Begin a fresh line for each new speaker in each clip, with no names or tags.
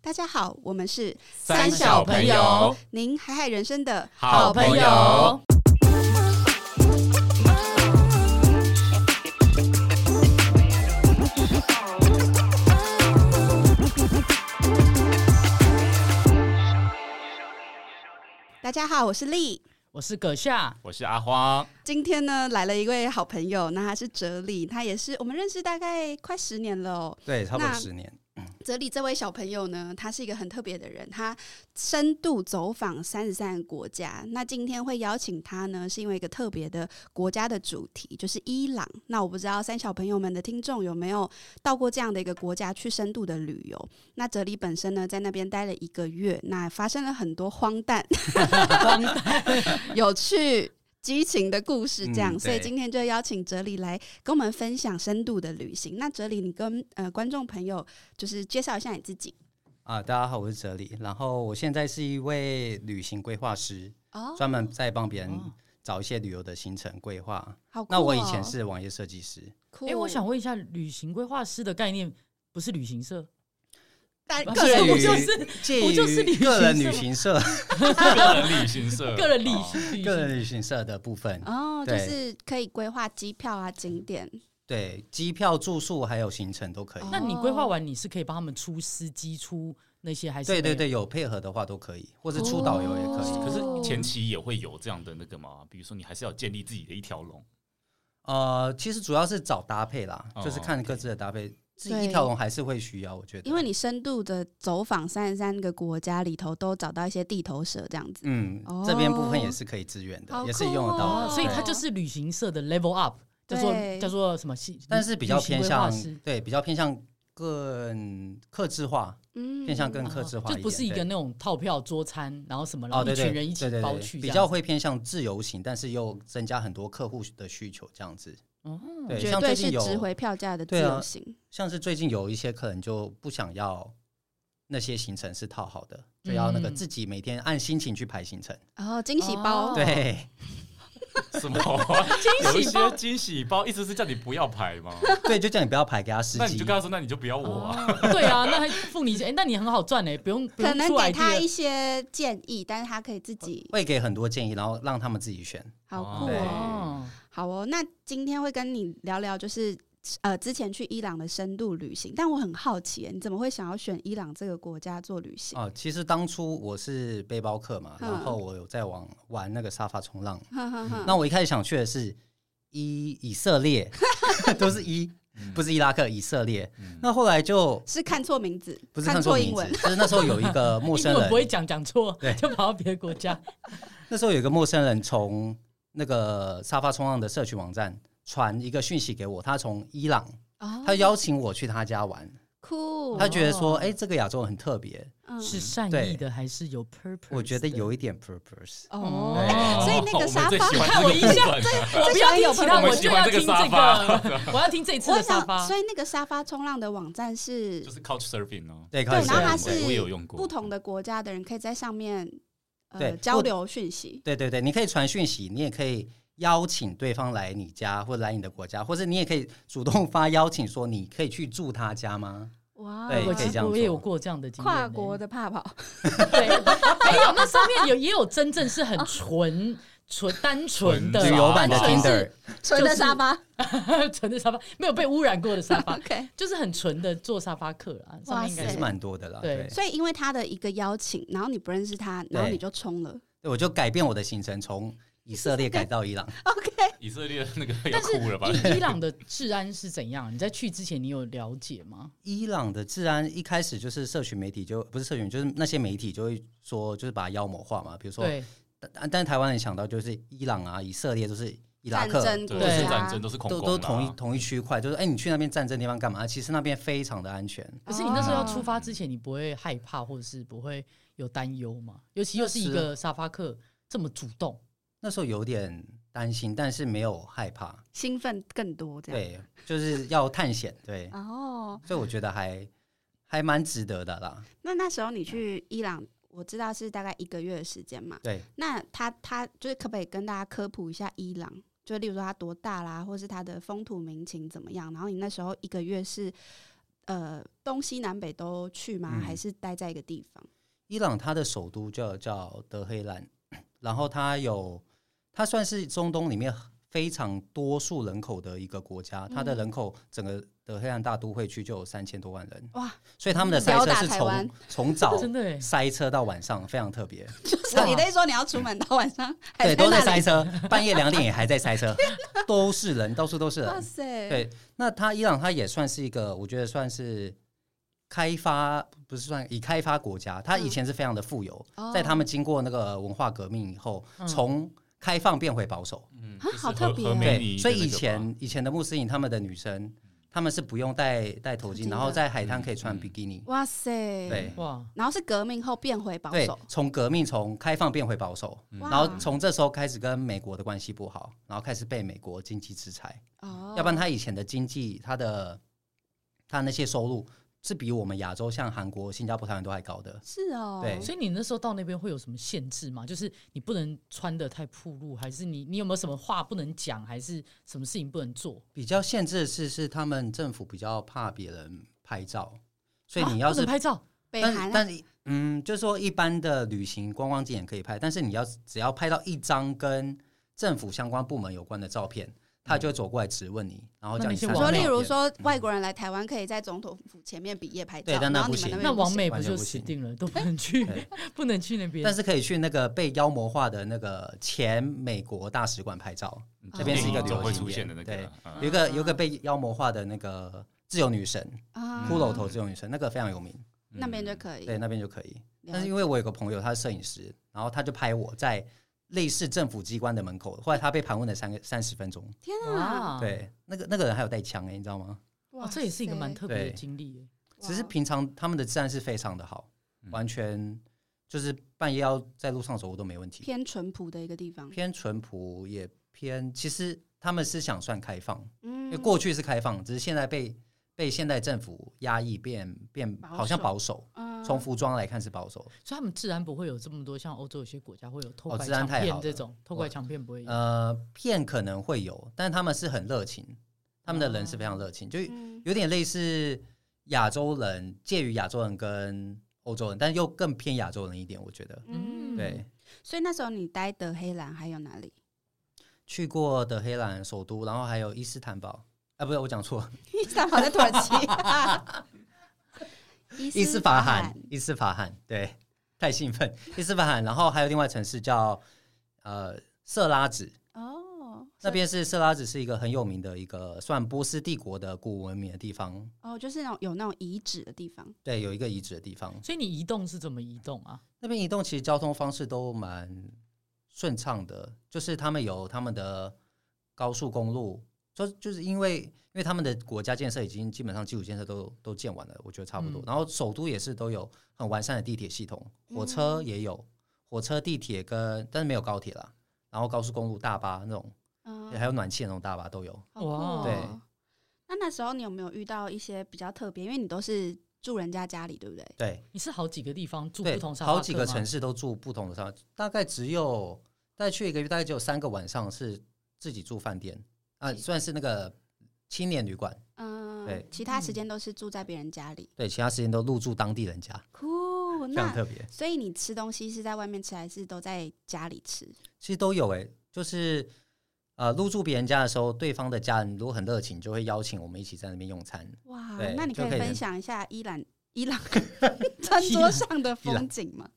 大家好，我们是
三小朋友，
您海海人生的
好朋友。
大家好，我是丽。
我是葛夏，
我是阿 荒，
今天呢，来了一位好朋友，那他是哲理，他也是我们认识大概快十年了哦。
对，差不多
那
十年。
哲理这位小朋友呢，他是一个很特别的人，他深度走访三十三个国家。那今天会邀请他呢，是因为一个特别的国家的主题，就是伊朗。那我不知道三小朋友们的听众有没有到过这样的一个国家去深度的旅游？那哲理本身呢，在那边待了一个月，那发生了很多荒 诞、有趣、激情的故事，这样。
嗯
所以
对
今天就邀请哲理来跟我们分享深度的旅行。那哲理，你跟呃观众朋友就是介绍一下你自己
啊，大家好，我是哲理，然后我现在是一位旅行规划师，
哦
专门在帮别人
哦
找一些旅游的行程规划。
好酷哦、
那我以前是网页设 计师，
酷，哦
哎、我想问一下，旅行规划师的概念不是旅行社，
但
不
个人
我
旅
介
就
于
是
介
我就是旅
于
行
个人
社
旅行社、
个人旅行社，
个人旅
哦
行，旅
呃个人
行
旅行社的部分，
哦，就
对
是可以规划机票啊、景点，
对，机票、住宿还有行程都可以。
哦
那你规划完，你是可以帮他们出司机出那些，还是
对对
没有，
对，有配合的话都可以，或是出导游也可以。
哦
可是前期也会有这样的那个嘛，比如说你还是要建立自己的一条龙，
呃，其实主要是找搭配啦，
哦
就是看各自的搭配，是
对
一条龙还是会需要，我觉得。
因为你深度的走访三十三个国家里头，都找到一些地头蛇这样子。
嗯
哦，
这边部分也是可以支援的，
好
也是用得到
酷
的。
哦
所以
对
它就是旅行社的 level up，叫
对
做叫做什么系？
但是比较偏
旅行规划
向
师
对，比较偏向更克制化，
嗯
偏向更克制化
哦就
点
不是一个
对
那种套票桌餐，然后什么，然
哦，
后
对
一
对，
群人一起
对对
包
对
去这
比
样，
较会偏向自由行，但是又增加很多客户的需求这样子。
哦
对，
绝
像最
对
近
是值
有，
回票价的自
对啊
由行。
像是最近有一些客人就不想要那些行程是套好的，就要那个
嗯
自己每天按心情去排行程。
然后惊喜包
哦，
对
什么啊有一
惊喜包
些惊喜包，意思是叫你不要排 吗？
对，就叫你不要排，给他司
那你
机
就。跟他说，那你就不要我啊。
哦对啊，那还付你钱，哎那你很好赚哎，不用不
可
用
能
出
给他
idea
一些建议，但是他可以自己。
会给很多建议，然后让他们自己选。
好
哦
酷
对
哦！
哦
好哦，那今天会跟你聊聊，就是呃，之前去伊朗的深度旅行。但我很好奇欸耶，你怎么会想要选伊朗这个国家做旅行？
哦，其实当初我是背包客嘛，
嗯
然后我有在玩玩那个沙发冲浪。
哼哼哼
那我一开始想去的是以以色列，都是一，
嗯
不是伊拉克，以色列。
嗯
那后来就是
看错名字，
不是
看
看错
英
名字
文，，
就是那时候有一个陌
英
生
文不会
人，
讲讲错，
对
就跑到别的国 家。
那时候有一个陌生人从那个沙发冲浪的社群网站传一个讯息给我，他从伊朗，
哦
他邀请我去他家玩，
酷，
他觉得说，
哦
哎，这个亚洲很特别，
嗯
是善意的还是有 purpose？
我觉得
的
有一点 purpose。
哦
嗯，
所以那个沙
我们最
发，
喜欢这个
看我一下
部分啊
我不要听其他，
我
我
们喜
就
欢
要
这个
听这
沙
个， 我要听这一次
我
的沙
想，
发
所。以那个沙发冲浪的网站是
就是 Couch Surfing 哦。
对，
对，
对
然后它
是我也有
是
用过
不同的国家的人可以在上面呃
对
交
我
流讯息，
对对对，你可以传讯息，你也可以邀请对方来你家，或者来你的国家，或者你也可以主动发邀请说你可以去住他家吗？
哇
对
我
可以这
其实
样
我也
做
有过这样的经验、
跨国的怕跑，
欸，对， 没有那上面有也有真正是很纯纯单纯的
对
旅
啊
游版的
完全
Tinder，
纯的沙发
纯的沙发，没有被污染过的沙发，
，OK。
就是很纯的做沙发客啊。上面
哇
应
也
该
塞
是蛮多的啦。
对
对，
所以因为他的一个邀请，然后你不认识他，然后
对
你就冲了
对我就改变我的行程，从以色列改到伊朗。
，OK。
以色列那个要
但是
哭了吧？
伊伊朗的治安是怎样？你在去之前你有了解吗？
伊朗的治安一开始就是社群媒体就不是社群，就是那些媒体就会说，就是把它妖魔化嘛。比如说，
对，
但但台湾人想到就是伊朗啊、以色列都是伊拉
战
克，
争
对，
国
都
对
是
家，
战争，都是恐啊
都
攻，
都同一。同一区块，就是哎、你去那边战争地方干嘛？其实那边非常的安全。
可是你那时候要
哦
出发之前，你不会害怕或者是不会有担忧吗？尤其又是一个沙发客这么主动。
那时候有点担心，但是没有害怕，
兴奋更多这样。
对，就是要探险，对，
哦，
所以我觉得还还蛮值得的啦，
那那时候你去伊朗，我知道是大概一个月的时间嘛。
对，
那他他就是可不可以跟大家科普一下伊朗？就例如说它多大啦，或是它的风土民情怎么样？然后你那时候一个月是呃东西南北都去吗？
嗯
还是待在一个地方？
伊朗它的首都叫叫德黑兰，然后它有，它算是中东里面非常多数人口的一个国家，它的
嗯
人口整个德黑兰大都会区就有三千多万人，
哇，
所以他们的塞
吊
车
打
是
嗯台湾
从从早
真的耶
塞车到晚上，非常特别，
就是你的意思说你要出门到晚上还
对，都在
那
塞
里？
车，半夜两点也还在塞车，都是人，到处都是
哇
人。
塞，
对，那它伊朗它也算是一个，我觉得算是开发，不是算已开发国家，它以
嗯
前是非常的富有，
哦
在他们经过那个文化革命以后，
嗯
从开放变回保守。
嗯，
啊好特别
美
对，
女，
所以以前以前的穆斯林他们的女生，她们是不用戴戴头
头巾
巾，
的
然后在海滩可以穿
嗯嗯
比基尼。
哇塞，
对
哇，
然后是革命后变回保
对
守，，
从革命从开放变回保守，
嗯
哇
然后从这时候开始跟美国的关系不好，然后开始被美国经济制裁。
哦，
要不然他以前的经济，他的他那些收入是比我们亚洲像韩国、新加坡、台湾都还高的。
是哦，
对
所以你那时候到那边会有什么限制吗？就是你不能穿的太暴露，还是你你有没有什么话不能讲，还是什么事情不能做？
比较限制的是，是他们政府比较怕别人拍照，所以
啊
你要
不
是、
能拍照，
北
但
韩啊
但是嗯，就是说一般的旅行观光景点可以拍，但是你要只要拍到一张跟政府相关部门有关的照片，他就会走过来质问你，然后
那
叫
那
你
些
删
网
说，
美
掉
例
照
如
片
说外国人来台湾可以在总统府前面比耶拍照，
对但那
然后
不
你们
行
边
那
不
王
行
美不
完全
就
不
死
行
定了，都不能去
对，
不能去那
但
边。
是可以去那个被妖魔化的那个前美国大使馆拍照。
这边是一个
嗯总
流
会
行
出
点
现的那
对
个，嗯
有一个有一个被妖魔化的那个自由女神，
啊
骷髅头自由女神，那个非常有名，
那边就可以，
对，那边就可以。
了
但是因为我有个朋友，他是摄影师，然后他就拍我在类似政府机关的门口，后来他被盘问了三个三十分钟，
天啊，
嗯
嗯
哦
对，那个那个人还有带枪哎，你知道吗？
哇，这也是一个蛮
塞
特别的
对
经历耶。
只是
哇
平常他们的治安是非常的好，
嗯
完全就是半夜要在路上走我都没问题，
偏淳朴的一个地方，
偏淳朴也偏，其实他们是想算开放，因为
嗯，
过去是开放，只是现在被被现代政府压抑，变变
保
好像
守
保守。
嗯
从服装来看是保守，
所以他们治安不会有这么多，像欧洲有些国家会有偷
哦
拐
治安
抢
太好
骗
了
这种，偷拐抢骗不会有。
呃，骗可能会有，但他们是很热情，他们的人是非常热情，就
哦嗯
有点类似亚洲人，介于亚洲人跟欧洲人，但又更偏亚洲人一点，我觉得。
嗯，
对，
所以那时候你待德黑兰还有哪 里？
去过的黑兰首都，然后还有伊斯坦堡，啊，不是我讲错，
伊斯坦堡在土耳其，
伊斯法罕
罕，
伊斯法罕，对，太兴奋， 伊斯法罕，然后还有另外一城市叫呃色拉子，
哦，
那边是色拉子是一个很有名的一个算波斯帝国的古文明的地方，
哦，就是那种有那种遗址的地方，
对，有一个遗址的地方。
所以你移动是怎么移动啊？
那边移动其实交通方式都蛮顺畅的，就是他们有他们的高速公路，就就是因为因为他们的国家建设已经基本上基础建设都都建完了，我觉得差不多。
嗯
然后首都也是都有很完善的地铁系统，火车
嗯
也有，火车、地铁跟但是没有高铁啦，然后高速公路、大巴那种，
嗯，
还有暖气的那种大巴都有。
好酷哦
哇
对。
那那时候你有没有遇到一些比较特别？因为你都是住人家家里，对不对？
对，
你是好几个地方住
对，
不同沙发
好几
客
个
吗
城市都住不同的沙发，大概只有大概去一个月，大概只有三个晚上是自己住饭店啊，算是那个青年旅馆，
嗯，
对
其他时间都是住在别人家里。
对，其他时间都入住当地人家，
酷，
非常
那
特别。
所以你吃东西是在外面吃还是都在家里吃？
其实都有诶、就是呃入住别人家的时候，对方的家人如果很热情，就会邀请我们一起在那边用餐。
哇
对，
那你
就
可以
可以
分
人
享一下伊朗伊 朗餐桌上的风景吗？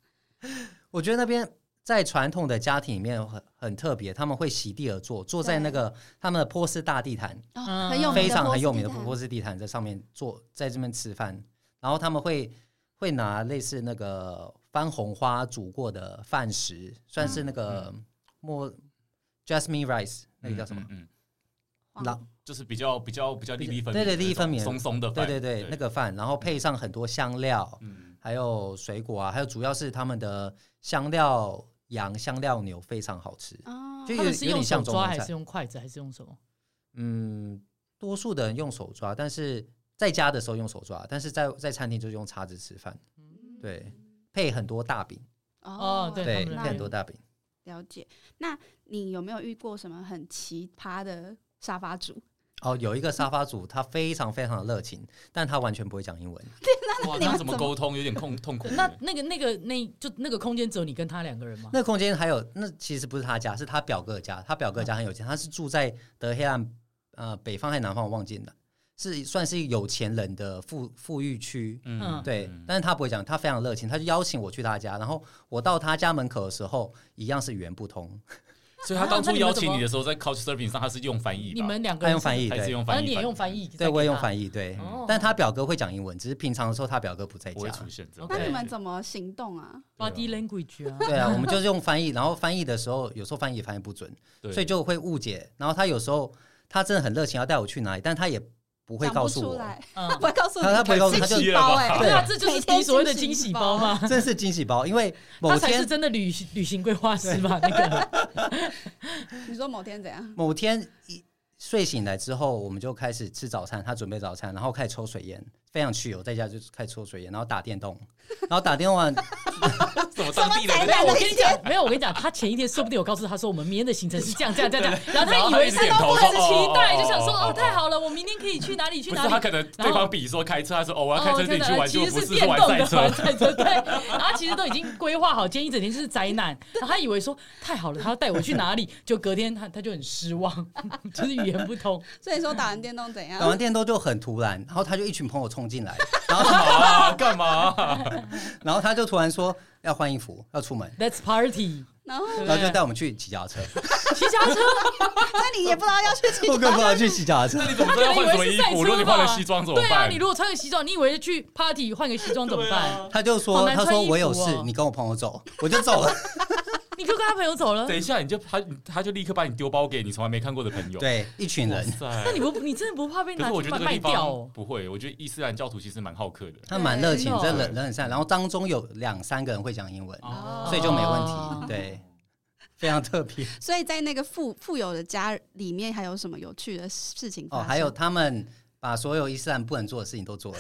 我觉得那边在传统的家庭里面很很特别，他们会席地而坐，坐在那
对
个他们的波斯大地毯。
哦，很有名的
非常很有名的
波斯地毯
波斯地毯在上面做，在这边吃饭，然后他们会会拿类似那个番红花煮过的饭食，算是那个莫 jasmine rice 那个叫什么？
嗯嗯，嗯
黄
那
就是比较比较比较粒粒分
对对粒粒分明
松松的
对
饭，
对对，那个饭，然后配上很多香料，
嗯
还有水果啊，还有主要是他们的香料羊香料牛非常好吃，
哦
就
他
有
们是
有
用
点
手
像中
抓
国
还
菜
是。用筷子还是用什么？
嗯，多数的人用手抓，但是在家的时候用手抓，但是在在餐厅就是用叉子吃饭。
嗯
嗯
对，配很多大饼，
哦
哦，对
对，
他们
配
那
很
边
多大饼。
了解。那你有没有遇过什么很奇葩的沙发主？
哦，有一个沙发主，他非常非常的热情，但他完全不会讲英文。
哇，
你
这
们
样
怎
怎
么
么沟通？有点痛痛苦
对。那那个那个那就那个空间只有你跟他两个人吗？
那空间还有，那其实不是他家，是他表哥的家。他表哥的家很有钱，他是住在德黑兰呃北方还是南方，我忘记了，是算是有钱人的富富裕区。
嗯
对，
嗯
但是他不会讲，他非常热情，他就邀请我去他家，然后我到他家门口的时候，一样是语言不通，
所以他
啊
当
那
初
你们
邀
怎
请
么
你的时候，在 Couch Surfing 上他是用翻译吧，
你们两个
他
人
用翻
译，
译，
还是
对，
用
啊，
翻译，
你也用翻译，
对我也用翻
译。
译，对，
哦，
但他表哥会讲英文，只是平常的时候他表哥不在
不
家
会。出现这种。
那你
OK
们怎么行动啊？
body language 啊，
对啊，我们就是用翻译，然后翻译的时候有时候翻译也翻译不准，
对
所以就会误解。然后他有时候他真的很热情，要带我去哪里，但他也不会
讲
告
不
诉
出
我，
来，
嗯
不，
啊
会告诉你，
他他不会告诉
惊
他就
喜包
太
哎，
对啊，
对
这就是
每天
你所谓的
惊
惊
喜
喜
包
包嘛。
真是惊喜包。因为 某
他才是
天
真的旅旅行规划师吧？那个
你说某天怎样？
某天一睡醒来之后，我们就开始吃早餐，他准备早餐，然后开始抽水烟，非常去油，在家就是开始抽水烟，然后打电动，然后打电话，
怎么当地
哎
宅
人
男
我
的
跟你讲，没有，我跟你讲，他前一天说不定有告诉他说，我们明天的行程是这样这样这样这样，然后他以为是
然后他
很
一直点头
期
说哦
待，
哦
就想说
哦哦
哦，太好了，我明天可以去哪里去
不是
哪
他
里。
可能对
然后
方比说开车，他说哦我要
哦，
开车自己去玩，
其
就不
实
是
电
玩
动
赛
的
车
玩。赛车，对。然后其实都已经规划好，今天一整天就是宅 男。然后他以为说太好了，他要带我去哪里，就隔天他他就很失望， 就是语言不通。
所以说打完电动怎样
打？完电动就很突然，然后他就一群朋友冲进来，然后
啊，干嘛？
然后他就突然说要换衣服，要出门，
Let's party，
然后
然后就带我们去骑脚踏车，
骑脚踏车，
那你也不知道要去骑
我根本不知道去骑脚踏车。
那你怎么知道要换什么衣服？如果你换了西装怎么
对啊，
办
你？如果穿个西装，你以为去 party 换个西装怎么
对
办
啊？
他就
好
说：“
难
他
穿
说
衣服
我有事
哦，
你跟我朋友走， 我就 走了。
你就跟他朋友走了
等。一下，你就他他就立刻把你丢包给你从来没看过的朋”友。，
对，一群
哇
人，
塞！
那你不，你真的不怕被
可
拿
是我
去
觉得这个
卖
地
掉
方
哦？
不会，我觉得伊斯兰教徒其实蛮好客的。
他蛮热情
对，
真的人人很善良。然后当中有两三个人会讲英文，
哦
所以就没问
哦
题。对，非常特 别
所以在那个富富有的家里面，还有什么有趣的事情发
啊
哦。
生？
还有他们把所有伊斯兰不能做的事情都做了，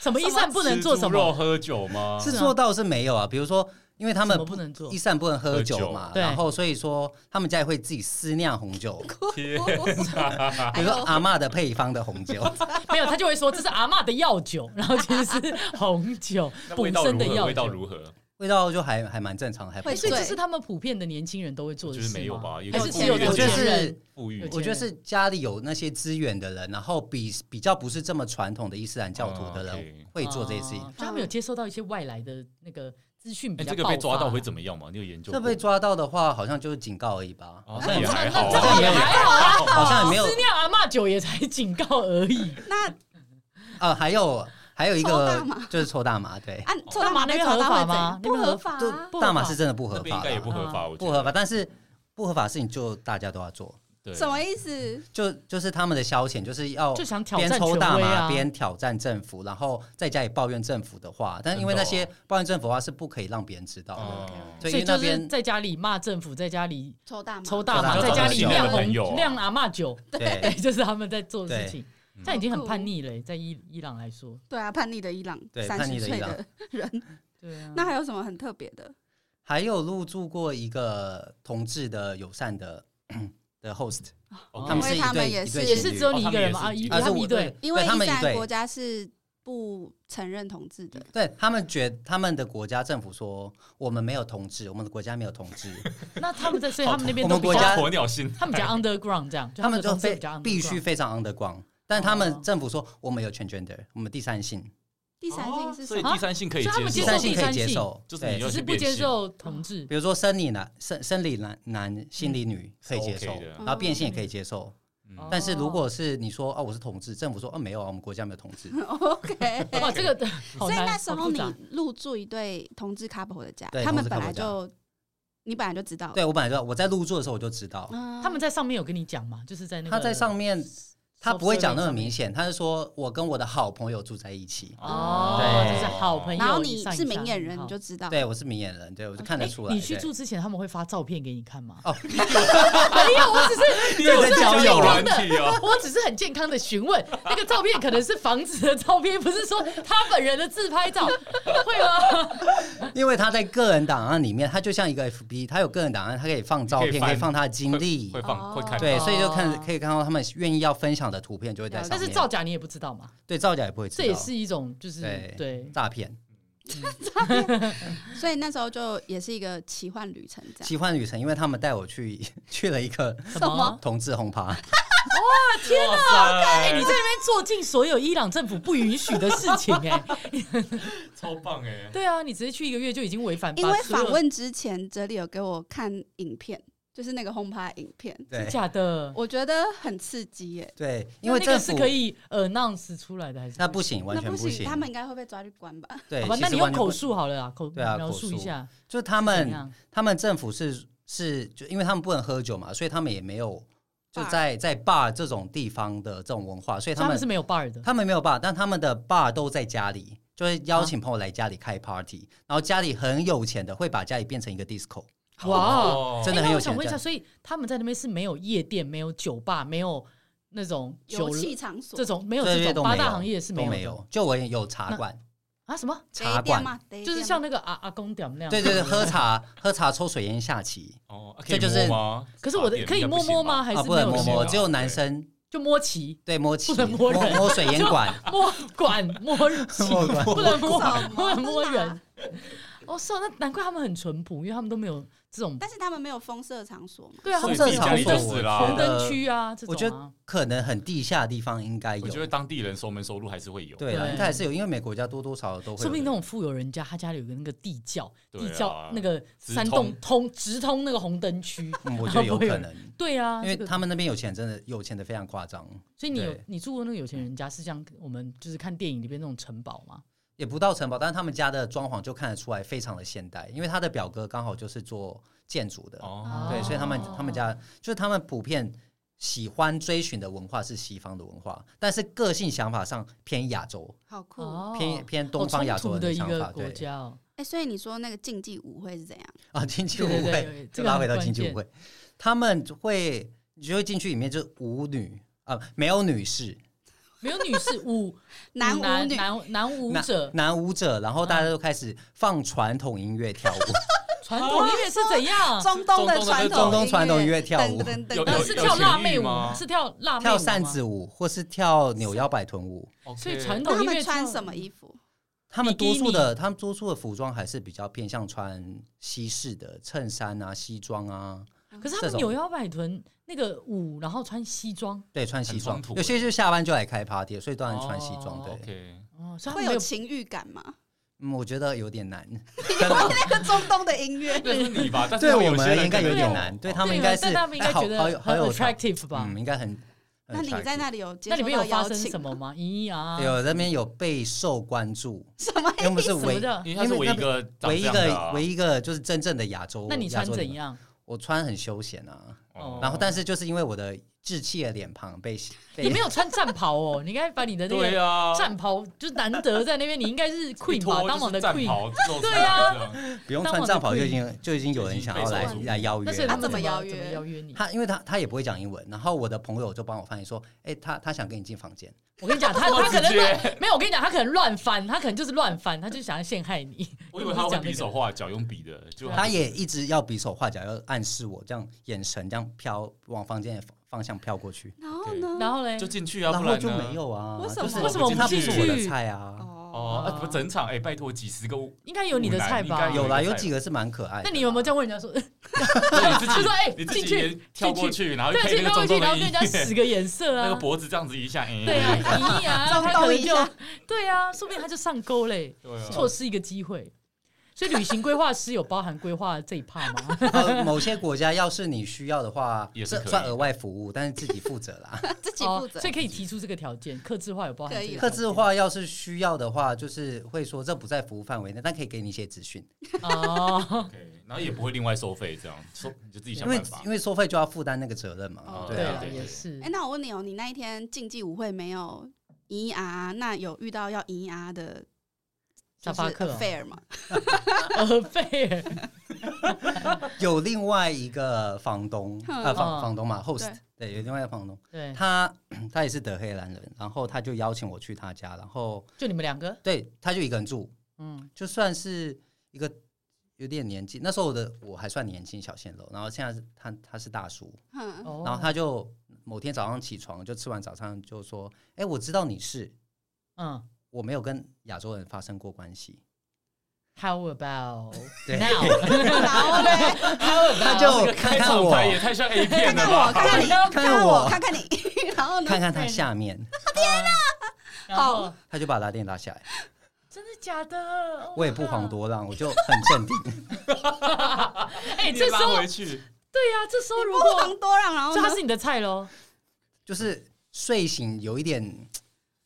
什么伊斯兰不能做什
吃猪肉
么？
喝酒吗？
是做到是没有啊？比如说，因为他
哦什
们
么不能做
伊？斯兰不能喝酒嘛
喝，
酒
然后所以说他们家也会自己私酿红酒，
天
比如说阿嬷的配方的 红酒，
没有，他就会说这是阿嬷的药酒，然后其实是红酒
那
补
味道如
身的
何？
药
味道
酒。
如何？
味道就还还蛮正常，还不
会
错
所以这
对
是他们普遍的年轻人都会做的
就
事
是
吗
没有吧有
还是
个
只有
有
有
我觉
钱
得
人
是。
富裕
有钱
我觉得是家里有那些资源的人，然后比比较不是这么传统的伊斯兰教徒
哦
的人
，OK
会做这些事情
哦。就他们有接受到一些外来的那个资讯比
哎，
较
这
爆
个
发。
被抓到会怎么样吗？你有研究过
这
吗？
被抓到的话，好像就是警告而已吧，
哦
好
那
像
也
也
还好
这
好
个也
像也
还好啊。
好像也没有
私酿阿嬷酒也才警告而 已，
那
啊。还有还有一
抽大
个
麻
就是抽大麻，对，
按抽
哦那
大麻
马
被抽到会怎样？不
那边合法吗那边
合
合
法
就
啊。
不合
大麻
法
是真的不合
那边应
法
该也
啦，
不合
嗯
法，我觉得
不合法，。但是不合法的事情就大家都要做，
对，
什么意思？
就就是他们的消遣，就是要
就想挑
边
战权
抽
威
大麻
啊！
边挑战政府，然后在家里抱怨政府的话，但因为
真的
那
哦
些抱怨政府的话是不可以让别人知道的，
哦
所以
所以
因为
就
那
是
边
在家里骂政府，在家里
抽大麻，
抽大麻，
抽大
在
麻
家里
抽大麻
酿
的朋友
红
啊
酿阿嬷酒，对，
对
就是他们在做的事情。
对
这样已经很叛逆了，在伊伊朗来说，
对啊，叛逆的伊朗，
对
三
叛
十
逆的
岁
伊朗
的人，
对啊
那还有什么很特别的？
还有入住过一个同志的友善的的 host，
哦
他们
因为
是一
他们
对
也
一对
是
也
情
是
侣
只有你一个人吗？
哦他
啊，
们也是
一
一
啊是
他
我
们一对
对，
因为伊
他
斯
们一
兰
对
国家是不承认同志的，
对他们觉他们的国家政府说我们没有同志，我们的国家没有同 志，
那他们在，所以他们那边
我
都
们
比
国家
较，
鸵鸟心，
他们 比较 underground 这样，
他们
的
就
同志
非
比较
必须
underground
非常 underground，但他
哦
们政府说我们有 transgender，我们第三性，
第三性是
哦所
什
以
么？
第三性可以
哦所以他们
第
接
接
受
三
受
性可以接受，
就是
对
你
只
就是
不接受同志
比如说生理男、生生理男男、心理
嗯
女可以接
是
受
OK 的，
然后变性也可以接受。
嗯
但是如果是你说哦，我是同志，政府说哦没有啊，我们国家没有同志，
OK，
哇，哦这个好
所以
难，
那时
好
候
复
你
杂
入住一对同志 couple 的家，
对
他们
同志
本来
couple 家
就，你本来就知道，
哦
对我本来就我在入住的时候我就知道，
嗯，
他们在上面有跟你讲吗？就是在那个
他在上面他不会讲那么明显，他是说我跟我的好朋友住在一起。
哦，
对
就是好朋友。
然后你是明眼
眼
人，你就知道。
对，我是明眼人，对我是看得出来。
哎你去
对
住之前，他们会发照片给你看吗？
哦，
没有，我只是
因为在交友
啊
啊
软体哦，
我只是很健康的询问，那个照片可能是房子的照片，不是说他本人的自拍照，会吗？
因为他在个人档案里面，他就像一个 FB，他有个人档案，他可以放照
可以
片，可以
翻
放他的经历
会，放会看
对，
到。
所以就看
哦
可以看到他们愿意要分享的图片就会在上
但
面。
是造假你也不知道嘛，
对造假也不会知
这
道，
也是一种就是
对
对。
诈骗。
所以那时候就也是一个奇幻旅程，
啊
这样。
奇幻旅程，因为他们带我去 去了一个
什
么？
同志轰趴，
天哪，
哎、你在那边做尽所有伊朗政府不允许的事情、哎，
超棒哎！
对啊，你直接去一个月就已经违反。
因为
把所有
访问之前，哲理有给我看影片，就是那个轰趴影片，
对
假的，
我觉得很刺激耶。
对，因为
那那个
政
是
府
可以呃 announce 出来的，还是
那不行，完
那
全
行，
行。
他们应该会被抓去关 吧？
对，
好吧？
其
那
实
你用
完全不
口，述好了啊，口
对啊
描
口
述
述
一下
就是他
是怎
们
样
他们政府是是就因为他们不能喝酒嘛，所以他们也没有就
Bar
在在 bar 这种地方的这种文化，所以
他
他
们
们
是没有 bar 的，
他们没有 bar，但他们的 bar 都在家里，就会邀请朋友来家里开 party，、然后家里很有钱的会把家里变成一个 disco，
哇。
哦
真的
哎
很
那
有
我想
钱的
问一下，
这样。
所以他们在那边是没有夜店、没有酒吧、没有那种酒
游戏场所
这种没有
这
这
些
种
都
八
没
大
有，
行业是
都
有
没
的
有，就我也有茶馆，
啊？什么？
茶
Day 店
馆
吗？Day
就是
店
像
哎吗
那个阿阿公点那样。
对对对，喝茶喝茶抽水烟下棋
哦，
这就是
可以摸吗？
可是我的
茶店
可以
应该
摸
不行
摸吗？
吧？
还是
啊，不
没有
能摸
钱
摸，
啊
只有
对
男生
就摸旗、
对摸棋
不能摸人
摸水烟管，
摸管、摸旗，
摸 管
不能摸
什么，啊
不能摸人。哦，是哦，那难怪他们很淳朴，因为他们都没有这种
但是他们没有封色场所嘛？
对啊，
所
他
以
们
色
是
闭
场
家里
所
就
红
死
我
啦
觉
红灯
得
区啊，这
我
种
觉
啊
得可能很地下的地方应该有
我觉，得当地人收门收入还是会有。
对啦，
对
应该还是有，因为每国家多多少少都会有的。
说不定那种富有人家，他家里有个那个地窖，
对
地
啊
窖那个
直
山洞
通
通直通那个红灯 区。
嗯，我觉得有可能，
对啊，
因为
这个
他们那边有钱，真的有钱的非常夸张，
所以你有
对
你住过那个有钱人家，是像我们就是看电影里边那种城堡吗？
也不到城堡，但是他们家的装潢就看得出来非常的现代，因为他的表哥刚好就是做建筑的，
哦，
对，所以他们
哦
他们家就是他们普遍喜欢追寻的文化是西方的文化，但是个性想法上偏亚洲，
好酷！哎、
哦
偏偏
好
东方
冲
亚洲
突
人
的一
想
个
法，
国
对
家哦，
所以你说那个竞技舞会是怎样？
啊，经济舞
对对对对
会，
这
就
个
拉
很
回到
关
经济
键
舞会，他们会你就会进去里面就是舞女啊，没有女士，
没有女士舞
男舞
男
女，
男男舞
男
者，
男舞者，然后大
嗯
家都开始放传统音乐 跳舞，
传
啊
统音乐是怎样？
中东的
中东的
传统
中东传统音乐跳舞
噔噔噔
有
呃
噔
有
是
有
跳辣
情欲
妹舞，
吗
是跳辣妹舞
跳
吗
扇子舞或是跳扭腰摆臀舞，
哦 OK
所以传
那
统
他
音乐
们穿
跳
什么衣服？
他们多数
比基尼
的他们多数的服装还是比较偏向穿西式的衬衫啊、西装啊，
可是他
这
们
种
扭腰摆臀那个舞，然后穿西装
对，穿西
很
装
冲突，欸
有些就下班就来开 party，所以当然
哦
穿西装，对。
，OK
哦，所以他
会
们没
有
有
情欲感吗？
嗯，我觉得有点难，
因为那个中东的音乐，
那是你吧？但是
对
会
我
有些人
们应该有
可能哦
点难，对他们应该是，
但他们应该
好
觉得
好有好
很
有场
attractive 吧？
嗯，应该很。
那你在那里有接
那里
收
面有
到
发
邀
生
请
什么
吗？
吗？咦啊，
有那边有备受关注，
什么
因为我们是
什么
唯
的？
因为他是唯一一个长这
唯一一
样的
个
啊
唯一一个就是真正的亚洲。
那你
嗯亚
穿
洲人
怎？样？
我穿很休闲啊，
哦
然后但是就是因为我的稚气的脸庞被
你
被
没有穿战袍哦，你应该把你的那
对
个
啊，
战袍，就是难得在那边，你应该是 queen 吧，当我
我
的 queen。
queen，
对啊
啊，
不用
当
穿
我的
战袍就
queen
已经就已经有人想要来
已经被
来邀
那所以
约
他
了。
们
怎么邀
怎么
约
邀约你？
他因为他他也不会讲英文，然后我的朋友就帮我翻译说，哎，他他想跟你进房间，
我跟你讲，他
这么
他可能
直接
乱没有。我跟你讲，他可能乱翻，他可能就是乱翻，他就想要陷害你。
我以为他会比手
手，
画脚用笔的，
哦
就
他也一直要比手画脚，要暗示我，这样眼神这样飘往房间的方向飘过去。
然后呢？
然后嘞
就，进去啊，
然
不
后
然
就
呢
没有啊，
为什
就是
么
为什么
就是他
不
不
进
是我的
去
菜啊？
哦
哦，，
啊不整场哎，拜托几十个 舞，
应该有你的菜
舞男
吧
应该？
有啦，有几个是蛮可爱的啦。
那你有没有这样问人家说？
对你自
就
己
说哎
你自
进
己
去
也跳过去，然后
对，啊
配
去
啊那个
过
中
去，
东
然后
的
跟
音
人家使
乐，
个眼色
那个
啊，
脖子这样子一下，哎，
对 啊，咦啊，
中
他
东
可能
一
就
下
对啊，说不定他就上钩嘞，
对啊，
错失一个机会。所以旅行规划师有包含规划这一 part 吗？
呃某些国家要是你需要的话，
也是
这
可以
算额外服务，但是自己负责 啦。
自己负责
哦所以。可以提出这个条件，客制化有包含
可
这
以
个
客
条
制 化要是需要的话，就是会说这不在服务范围内，但可以给你一些资讯，
件哦，
OK，然后也不会另外收费，这样收你就自己
因
想
为
办法
因。为收费就要负担那个责任嘛
哦。
对
啊
啊，
对对
也是
哎、。那我问你哦，你那一天竞技舞会没有赢啊？那有遇到要赢啊的
沙发客哦
f a i r 吗？
呃，费尔
有另外一个房东，
嗯
呃，
嗯
哦
房房东嘛，host，对，有另外一个房东，
对，
他 他也是德黑兰人，然后他就邀请我去他家，然后
就你们两个，
对，他就一个人住，
嗯，
就算是一个有点年纪，那时候我的我还算年轻小鲜肉，然后现在是他他是大叔，
嗯，
哦
然后他就某天早上起床就吃完早餐就说：“哎、我知道你是，
嗯
我没有跟亚洲人发生过 关系。
，How about
对
now？
然后嘞，
How about
他就
这个
看
开
看
场
我，
白也太像 A 片
看
了
看
吧
我，？看看你，看
看
看我，
我
看看 你，然后呢？
看看他下面，
然后
好
他就把拉链拉 下来。
真的假的？？Oh
我也不遑多让，我就很镇定。
哎，
你
这时
拉
候
回去，
对呀，这时候如
不
果
遑多让，啊然后
这
呢
他是你的菜喽，
就是睡醒有一点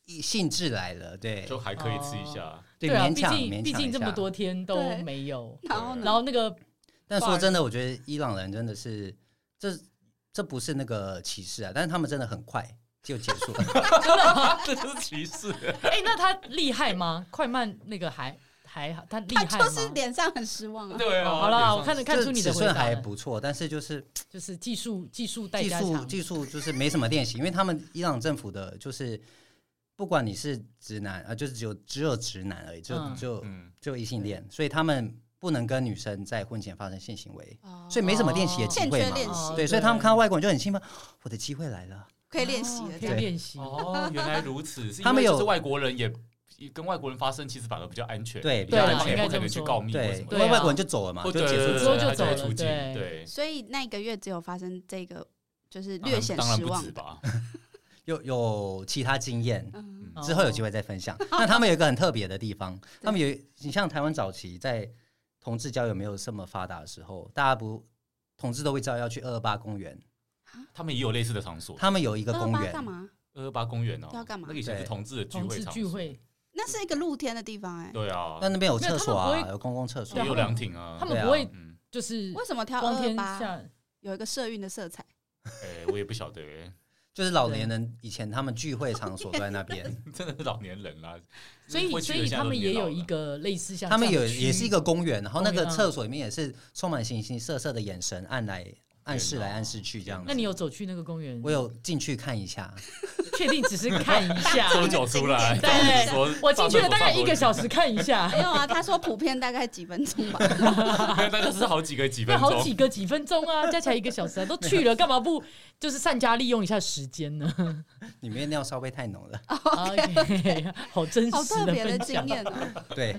一兴致来了，对
就还可以吃一下。
对，
啊，
勉
毕
强
竟
勉
毕
强
竟
一
这么
下。
多天都
对
没有，
然后
然
呢？
后那个
但说真的，我觉得伊朗人真的是这这不是那个歧视啊，但是他们真的很快就结束了。
啊这就是歧视。
哎，那他厉害吗？快慢那个还还好，他厉
他
害吗
就是脸上很失望啊。
对啊，
哦好啦， 我看
得
得看出你的
尺
回
寸
答
还
了，
不错，但是就是
就是技术技术代
技
加
术
强，
技术就是没什么练习，因为他们伊朗政府的就是不管你是直男啊，就是只有只有直男而已，就、
嗯
就
嗯，
就异性恋，所以他们不能跟女生在婚前发生性行为，
哦
所以没什么练习的机会
哦
欠缺练
嘛。
习
对，所以他们看到外国人就很兴奋，我的机会来了。
可以练习
哦
了，
可
这
以
样
对
练习。
哦，原来如此。是因
他们
为
有
就是外国人也也跟外国人发生，其实反而比较安全，
对
比较
对
安
啦
全，
应
也
该
不
这
可
么
能去
说
告密或
对
什，么
因
的。
为
对啊
外国人就走了嘛，
或
就
者
结束
之
之
后
后
就
他
走
会
了
出境
对
对，
所以那个月只有发生这个，就是
当
略
然
显
啊当然
失
不
望
止
的。
吧？
有有其他经验，
嗯，
嗯
哦
之后有机会再 分享。那他们有一个很特别的地方，他们有你像台湾早期在同志交友没有这么发达的时候，大家不同志都会知道要去二二八公园，
他们也有类似的场所，
他们有一个
二
公
八
园
干，嘛？
二二八公园哦，
要干嘛
那个以前是同志的聚
同
会
志
场所
聚，会，
那是一个露天的地方哎，
对啊，
那那边有
没有
厕所
他们
啊
不，会
有公共厕所
对
也
啊
有凉亭啊，
他们
对啊
不会
嗯，
就是
为什么挑
光
二
天
八？
下
有一个社运的色彩，
哎，我也不晓得欸，
就是老年人以前他们聚会场所都在 那边，
真的是老年人啦，
所以
会去
所
的
以
现在
他
都
们
年
也
老
有
了
一个类似像
他们
这样
有
的
也是一个公园，然后那
公
个
园啊
厕所里面也是充满形形色色的眼神，暗来暗示来暗示去这样
区域。哦
子。
那你有走去那个公园？
我有进去看一下，
确定只是看 一
喝
下。
酒出来，
对
到底说
我 进去了大概一个小，
上
时看一下，
没有啊？他说普遍大概几分 钟吧。
厕所没有大概是好几个几
那
分
好几
钟，
个几分钟啊， 加起来一个小时啊，都去了，干嘛不就是善加利用一下时间 呢
里面尿稍微太浓 了。
？OK，好哎 真
好
实
特
的
别的
分
经
享。
验哦。
对，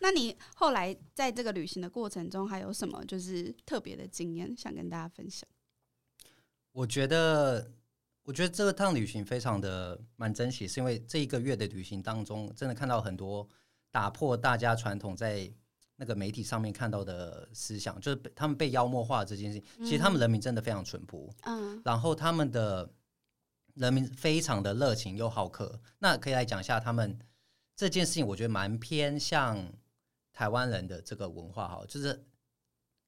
那你后来在这个旅行的过程中，还有什么就是特别的经验想跟大家分享？
我觉得，我觉得这趟旅行非常的蛮珍惜，是因为这一个月的旅行当中，真的看到很多打破大家传统在那个媒体上面看到的思想，就是被他们被妖魔化这件事情。其实他们人民真的非常淳朴，
嗯，
然后他们的人民非常的热情又好客。那可以来讲一下他们这件事情，我觉得蛮偏向台湾人的这个文化，哈，就是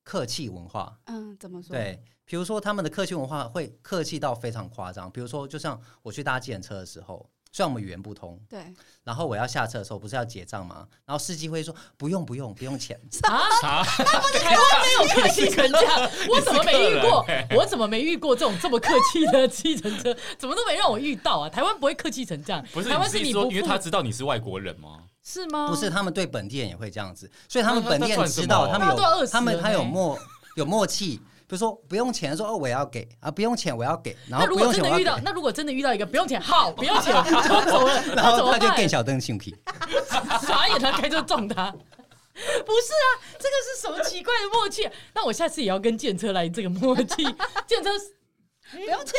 客气文化。
嗯，怎么说？，
对，比如说他们的客气文化会客气到非常夸张。比如说，就像我去搭计程车的时候，虽然我们语言不通，
对，
然后我要下车的时候不是要结账吗？然后司机会说不用不用不用钱，
啊，
啊，
台湾没有客气成这 样，我怎么没遇过？我怎么没遇过这种这么客气的 计程车？怎么都没让我遇到啊！台湾不会客气成这样，
不是
台湾
你
你
说
不
因为
付
他知道你是外国人吗？
是吗？
不是他们对本地人也会这样子，所以他们
那那
本
那
地人
算
知
什
道
么
他们
大家都要饿
有
死
他们
了
他有
呢
默有默契。比如说不用钱，说哦我也要给啊，不用钱我要给，
那
然后
如
不
果
用
真
钱我
的
要
遇到，
给，
那如果真的遇到一个不用钱，好，不用 钱，我走了，
然
那怎
后
么
他就
办
更？小灯性皮。
傻眼，他开车撞他。不是啊，这个是什么奇怪的默契？啊那我下次也要跟建车来这个默契。 建车
不用钱，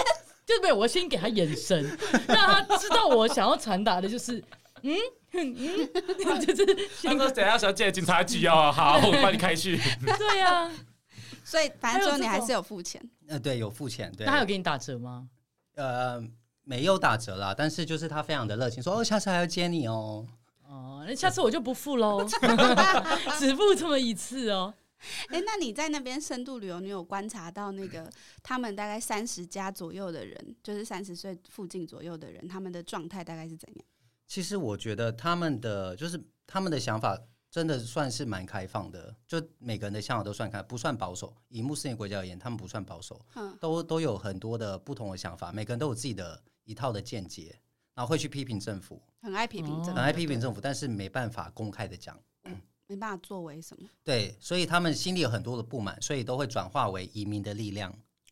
就是没有，我先给他眼神，让他知道我想要传达的就是嗯 就是
他说：“等一下，小姐，警察局哦，好，我把你开去。
对啊呀、
所以反正最后你
还
还
有这种
是有付钱。
呃，对，有付钱，对
那，他有给你打折吗？
呃，没有打折啦，但是就是他非常的热情，说哦，下次还要接你哦。
哦，那下次我就不付喽， 只付这么一次哦。
哎、那你在那边深度旅游，你有观察到那个他们大概三十加左右的人，就是三十岁附近左右的人，他们的状态大概是怎样？
其实我觉得他们的就是他们的想法真的算是蛮开放的，就每个人的想法都算开，不算保守。以穆斯林国家而言，他们不算保守，
嗯，
都都有很多的不同的想法，每个人都有自己的一套的见解，然后会去批评政府，
很爱批评政府，
哦
很爱批评政府，但是没办法公开的讲。
没办法作为什么。
对，所以他们心里有很多的不满，所以都会转化为移民的力量。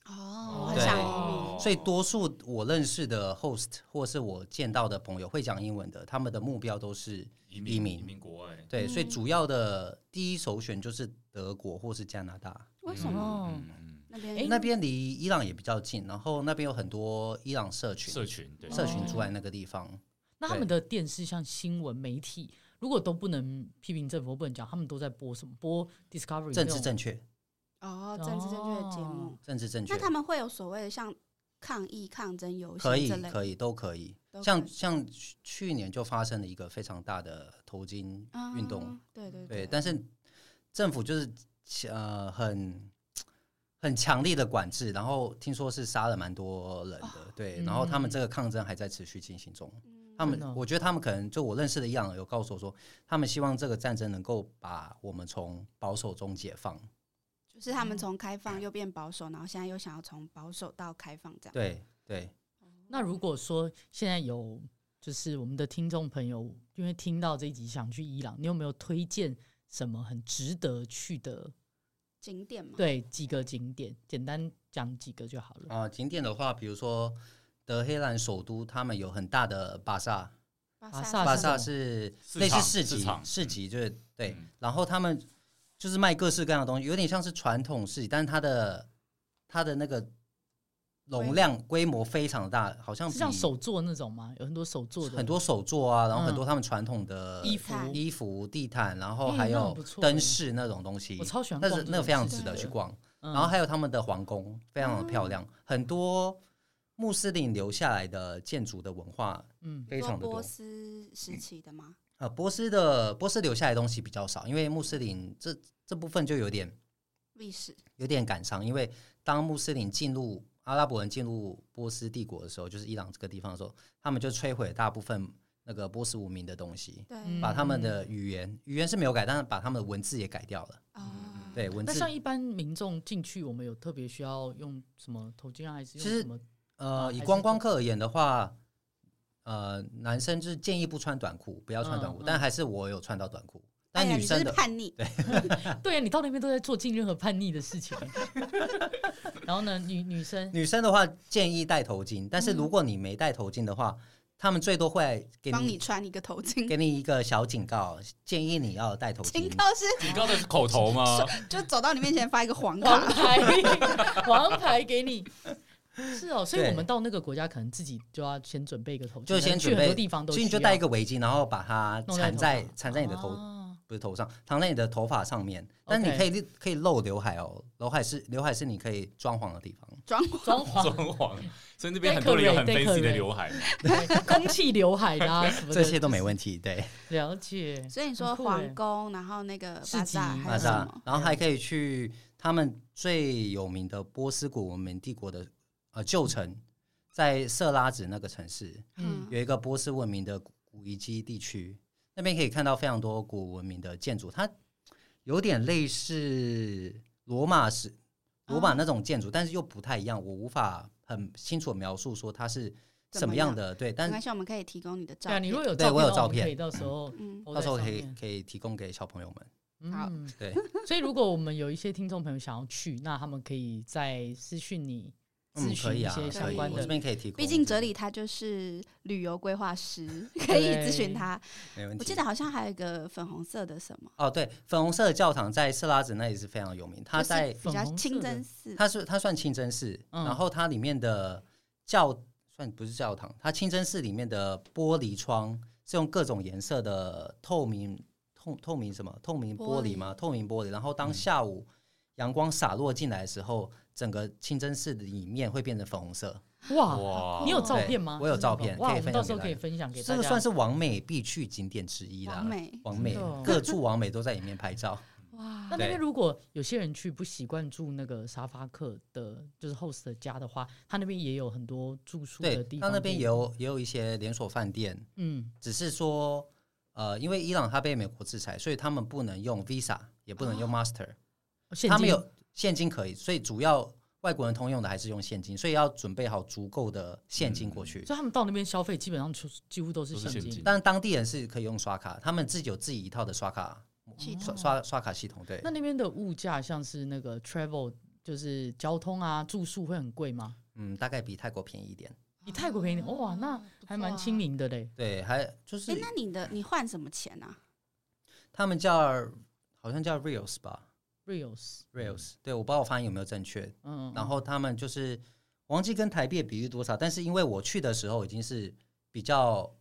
哦，我很
对
想移民。
所以多数我认识的 host 或是我见到的朋友会讲英文的，他们的目标都是
移
移
民
民
移民国外，
对，
嗯
所以主要的第一首选就是德国或是加拿大，
为什么
哦
嗯嗯
那边？
诶
那边离伊朗也比较近，然后那边有很多伊朗社群，
社群对哦
社群住在那个地方。
那他们的电视像新闻媒体，如果都不能批评政府，不能讲，他们都在播什么？播 Discovery 那
政治
种
正确，
哦，政治正确的节目
哦，
政治正确
那，他们会有所谓的像抗议、抗争游
可
行
以
这类，
可以都可以。
都可
像
以
像去去年就发生了一个非常大的头巾运动，
啊对对
对，但是政府就是呃很很强力的管制，然后听说是杀了蛮多人的，
哦
对，
嗯
然后他们这个抗争还在持续进行中。
嗯
他们
真的哦，
我觉得他们可能就我认识的伊朗人有告诉我说，他们希望这个战争能够把我们从保守中解放。
就是他们从开放又变保守，然后现在又想要从保守到开放这样。
嗯
对对，
那如果说现在有就是我们的听众朋友，因为听到这一集想去伊朗，你有没有推荐什么很值得去的？
景点嘛，
对，几个景点，简单讲几个就好了。
啊、景点的话，比如说德黑兰首都，他们有很大的巴萨，
巴
巴
巴
萨
萨
是
是
市
类似
场
市
市
集，
场
市集就是对
嗯，
然后他们就是卖各式各样的东西，有点像是传统市集，但是它的它的那个容量规模非常大，好像
是像
比
手作那种吗？有很多手作的，
很多手作啊，然后很
嗯
多他们传统的
衣服
看
衣服、地毯，然后
嗯
还
那很
有
不错欸
灯饰那种东西
我，超喜欢
那
逛
是
这种市集的。
那个非常值得去逛。
嗯。
然后还有他们的皇宫，非常的漂亮，很多穆斯林留下来的建筑的文化
嗯，
非常的多
波。斯时期的吗？
呃，波斯的波斯留下来的东西比较少，因为穆斯林这这部分就有点
历史
有点感伤，因为当穆斯林进入阿拉伯人进入波斯帝国的时候，就是伊朗这个地方的时候，他们就摧毁大部分那个波斯文明的东西，
对哦
嗯
把他们的语言语言是没有改，但是把他们的文字也改掉了。
啊，
嗯对，文
嗯那
字
像一般民众进去，我们有特别需要用什么头巾啊，还是
其实
用什么？
呃，
哦还
以
是
观
就
光客而言的话，呃，男生就是建议不穿短裤，不要穿短
嗯
裤，
嗯
但还是我有穿到短裤，
哎
但
呀
女
你真
生
是
的
叛逆，
对啊，你到那边都在做尽任何叛逆的事情。 然后呢，女女生
女生的话建议戴头巾，
嗯
但是如果你没戴头巾的话，他们最多会给
帮你
你
穿一个头巾。
给你一个小警告，建议你要戴头
警
巾。
告是
你刚才是口头吗？
就走到你面前发一个黄
王
卡，
牌 王牌给你。是哦，所以
对
我们到那个国家，可能自己就要先准备一个头巾，
就先
去
准备
很多地方都
所以你就
需
戴
要
一个围巾，然后把它
弄在
缠
头
在
上
缠在你的头，
哦
不是头上，藏在你的头发上面。但
OK
你可以可以露刘海哦，刘海是刘海是你可以装潢的地方。
装
装
装
潢、
潢，所以那边很多人有很 fancy
Decorate，
的
decorate
刘海嘛，
对空气刘海啦、什么的，
这些都没问题，对，
就是了解。
所以你说
很酷欸
皇宫，然后那个
市
巴
集
萨还
马
有
巴萨
什
上
么？，
然后还可以去他们最有名的波斯古文明帝国的呃旧城，在色拉子那个城市，
嗯
嗯，
有一个波斯文明的古古遗迹地区，那边可以看到非常多古文明的建筑，它有点类似罗马时罗
哦
马那种建筑，但是又不太一样。我无法很清楚地描述说它是什么样的，对，
没
但
关系，我们可以提供你的照
对啊，
片。
你如果有
对
照片，
我有
那
照
们可以
片
到时候
嗯，
抛
到
在
时候
上
可以
面。
可以提供给小朋友们。
好
嗯，
对，
所以如果我们有一些听众朋友想要去，那他们可以再私讯你咨
嗯，可
询
以
一
啊，
些
可
相
以，
关
我
的
这。边可以提供。
毕竟哲理他就是旅游规划师， 可以咨询他。
没问题。
我记得好像还有一个粉红色的什么，
哦，对，粉红色的教堂在色拉子那里是非常有名，它
就是
在
比较清真寺，
它是它算清真寺，
嗯
然后它里面的教算不是教堂，它清真寺里面的玻璃窗是用各种颜色的透明透透明什么透明玻璃吗？透明玻璃，然后
嗯
当下午阳光洒落进来的时候，整个清真寺的里面会变成粉红色。
哇，
哇
你有照
对
片吗？
我有照片，
哇，
可以
我们
分
到
享
时
给
候
大
可以
家。
分享给大
这
家。
个算是王美必去景点之一啦。
完美，
王美
真的哦
各处王美都在里面拍照。
哇
那那边
对
啊如果有些人去不习惯住那个沙发客的，就是 host 的家的话，他那边也有很多 住宿的
对
地，
那
方。
那边也，有也有一些连锁饭店，
嗯，
只是说，呃，因为伊朗它被美国制裁，所以他们不能用 Visa，也不能用 Master，、
哦现
他们
金
有现金可以，所以主要外国人通用的还是用现金，所以要准备好足够的现金过去。
所以他们到那边消费基本上就几乎都是
都是
现
现
金
金。
但当地人是可以用刷卡，他们自己有自己一套的刷卡
系
刷
统
刷刷卡系统，对
那，那边的物价像是那个 travel，就是交通啊、住宿会很贵吗？
嗯，大概比泰国便宜一点。
比泰国便宜点，哇，那
啊
还蛮亲。民的嘞。
对，还就是
哎、那你的你换什么钱啊？
他们叫好像叫 Reals 吧
Reals，
，Reals，对我不知道我发音有没有正确，
嗯，
然后他们就是忘记跟台币的比率多少，但是因为我去的时候已经是比较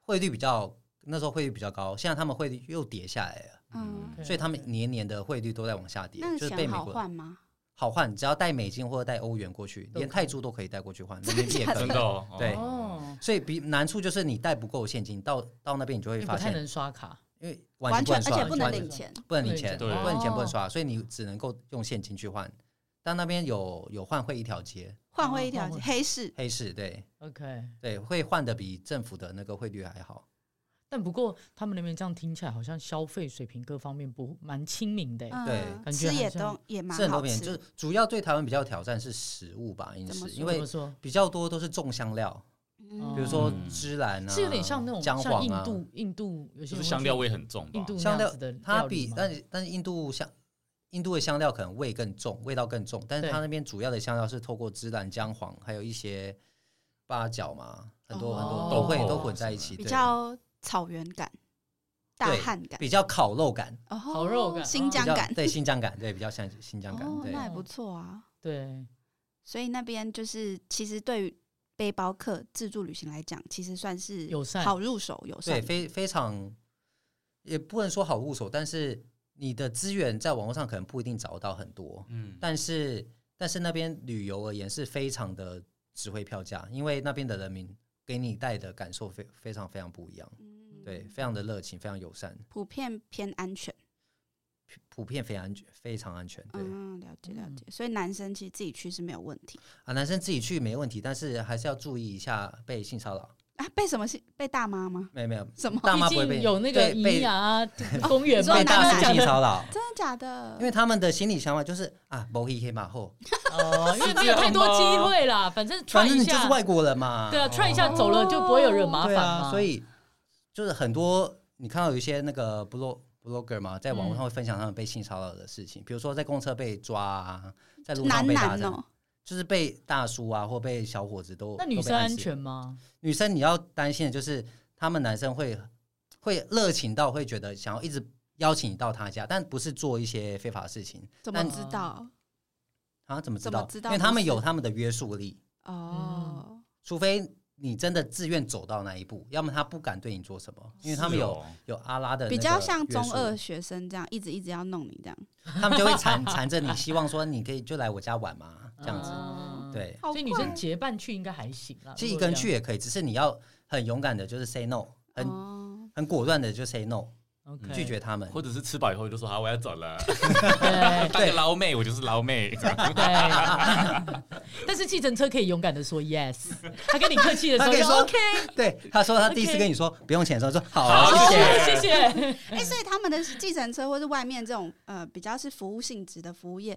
汇率比较那时候汇率比较高，现在他们汇率又跌下来了，
嗯，
对
所以他们年年的汇率都在往下跌，
那
就是被
钱
美
好
国
换吗？
好换，只要带美金或者带欧元过去，
都
连
可以
泰铢都可以带过去换，人 民币也可
真
以。
的哦，
对
哦，
所以比难处就是你带不够现金，到到那边你就
因
会
为
发
不太
现，
能刷卡，
因为
完
完
全
全，
而且不能
完全
领钱，
不能领钱，不
对
能领钱，
哦
不能刷，所以你只能够用现金去换。但那边有有换汇一条街，
换回一条
换回
黑市。
黑市对，
OK。
对，会换的比政府的那个汇率还好。
但不过他们那边这样听起来，好像消费水平各方面不蛮亲民的欸。
嗯，
对
吃也
感觉好
都也蛮
是很多
好
便宜，就
吃
是。主要对台湾比较有挑战是食物吧，饮
怎么
食，
说
因
怎
为
么说？
比较多都是重香料，
嗯
比如说
嗯
芝兰啊，
是有点像那种
姜
像
黄
印
啊，
度印度有些
就是
人会
香
去
料味很重吧
印？度那
香
样
料
子的
它
料理
比
吗
但但是印度香。印度的香料可能味更重，味道更重，但是
对
它那边主要的香料是透过芝兰、姜黄，还有一些八角嘛，很多、很
哦
多都会都混在一起，
比
对，
较草原感、大
对
汉感、
比较烤肉感，
哦
烤肉感
新
比
疆
较
感，
对新疆感，对比较像新疆感，
哦，
对
那也不错啊。
对
所以那边就是，其实对于背包客自助旅行来讲，其实算是
友善
好入手、友
对，
善。
非非常也不能说好入手，但是你的资源在网络上可能不一定找到很多，
嗯，
但是但是那边旅游而言是非常的值回票价，因为那边的人民给你带的感受非非常非常不一样，
嗯
对，，非常的热情，非常友善，
普遍偏安全。
普普遍非常安全，非常安全，对
嗯，了解了
嗯
解。所以男生其实自己去是没有问题
啊，男生自己去没问题，但是还是要注意一下被性骚扰，
啊。被什么是被大妈吗？
没有没有，
什么？
大妈
毕
不会被
竟有那个啊
对被
怡 雅公园
你说
嘛，
被
男
大
生
叔
讲
性骚扰，
真的假的？
因为他们的心理想法就是啊，某一天马后。
哦，因为没有太多机会啦，反正踹
反正
一
你就
下
是，外国人嘛，
对啊，踹一下走了就不会有人麻烦
对啊，
嘛。
所以就是很多你看到有一些那个 blog blogger 嘛，在网
嗯
络上会分享他们被性骚扰的事情，比如说在公车被抓啊，在路
男
上被打
男
针，
哦，
就是被大叔啊或被小伙子都
那女
都
生
被暗
安
示
全吗？
女生你要担心的就是他们男生会会热情到会觉得想要一直邀请你到他家，但不是做一些非法的事情
怎么
但
知道？
啊？怎么知
怎么
道？
知道
因为他们
不是
有他们的约束力，
哦，
除非。你真的自愿走到那一步，要么他不敢对你做什么，因为他们有、
是哦
有阿拉的
嗯
那个
比较像中二
约
学生这样，一直一直要弄你这样，
束，他们就会缠缠着你，希望说你可以就来我家玩嘛，这样子。
嗯，
对，
好
所以女生结伴去应该还行啦。
其
如
实一
果
个人
这
去也可以，只是你要很勇敢的，就是 say no，
怪
很、嗯
哦，
很果断的就 say no，
样 OK
拒绝他们。
或者是吃饱以后就说好，我要走了，
对
当个捞妹，我就是捞妹。
对。 但是计程车可以勇敢的说 yes，他跟你客气的时
他
候
可以说
OK，
对，他说他第一次
OK
跟你说不用钱的时候说好
好
啊，谢谢。
哦谢谢。
哎、所以他们的计程车或是外面这种呃比较是服务性质的服务业，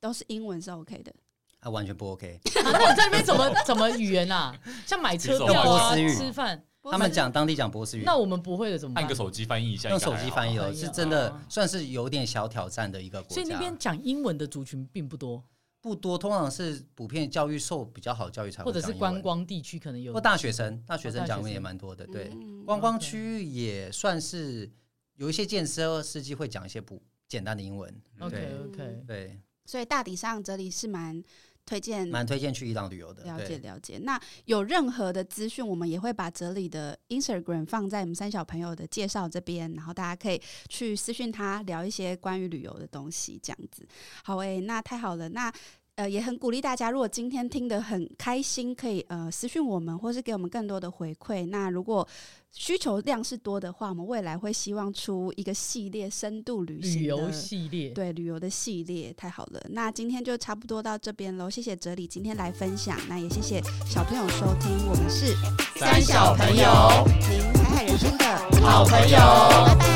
都是英文是 OK 的。
啊，完全不 OK。
那你在那边怎 么怎么语言啊？像买车票啊、
用波斯语
吃饭，
他们讲当地讲波斯语
那，我们不会的怎么办
按个？手机翻译一下，
用手机翻译
了。
了，
可以啊
是真的算是有点小挑战的一个国
所以那
家
边。讲英文的族群并不多，
不多，通常是普遍教育受比较好教育才
或
会
者
讲英
是
文，
观光地区可能有
或。大学生，大
哦
学
大
生
学
讲的也
生
蛮多的，对。
嗯
观光
OK
区域也算是有一些建设司机会讲一些不简单的英文。
OK
对
OK，
对
所以大体上这里是蛮推荐
蛮推荐去伊朗旅游的。
了解
对，
了解，那有任何的资讯，我们也会把哲理的 Instagram 放在我们三小朋友的介绍这边，然后大家可以去私讯他聊一些关于旅游的东西，这样子。好诶、那太好了，那。呃，也很鼓励大家，如果今天听得很开心，可以呃私讯我们，或是给我们更多的回馈。那如果需求量是多的话，我们未来会希望出一个系列深度旅行
旅游
的
系列，
对旅游的系列，太好了。那今天就差不多到这边喽，谢谢哲理今天来分享，那也谢谢小朋友收听，我们是
三小朋友
您海海人生的
好朋友
拜拜。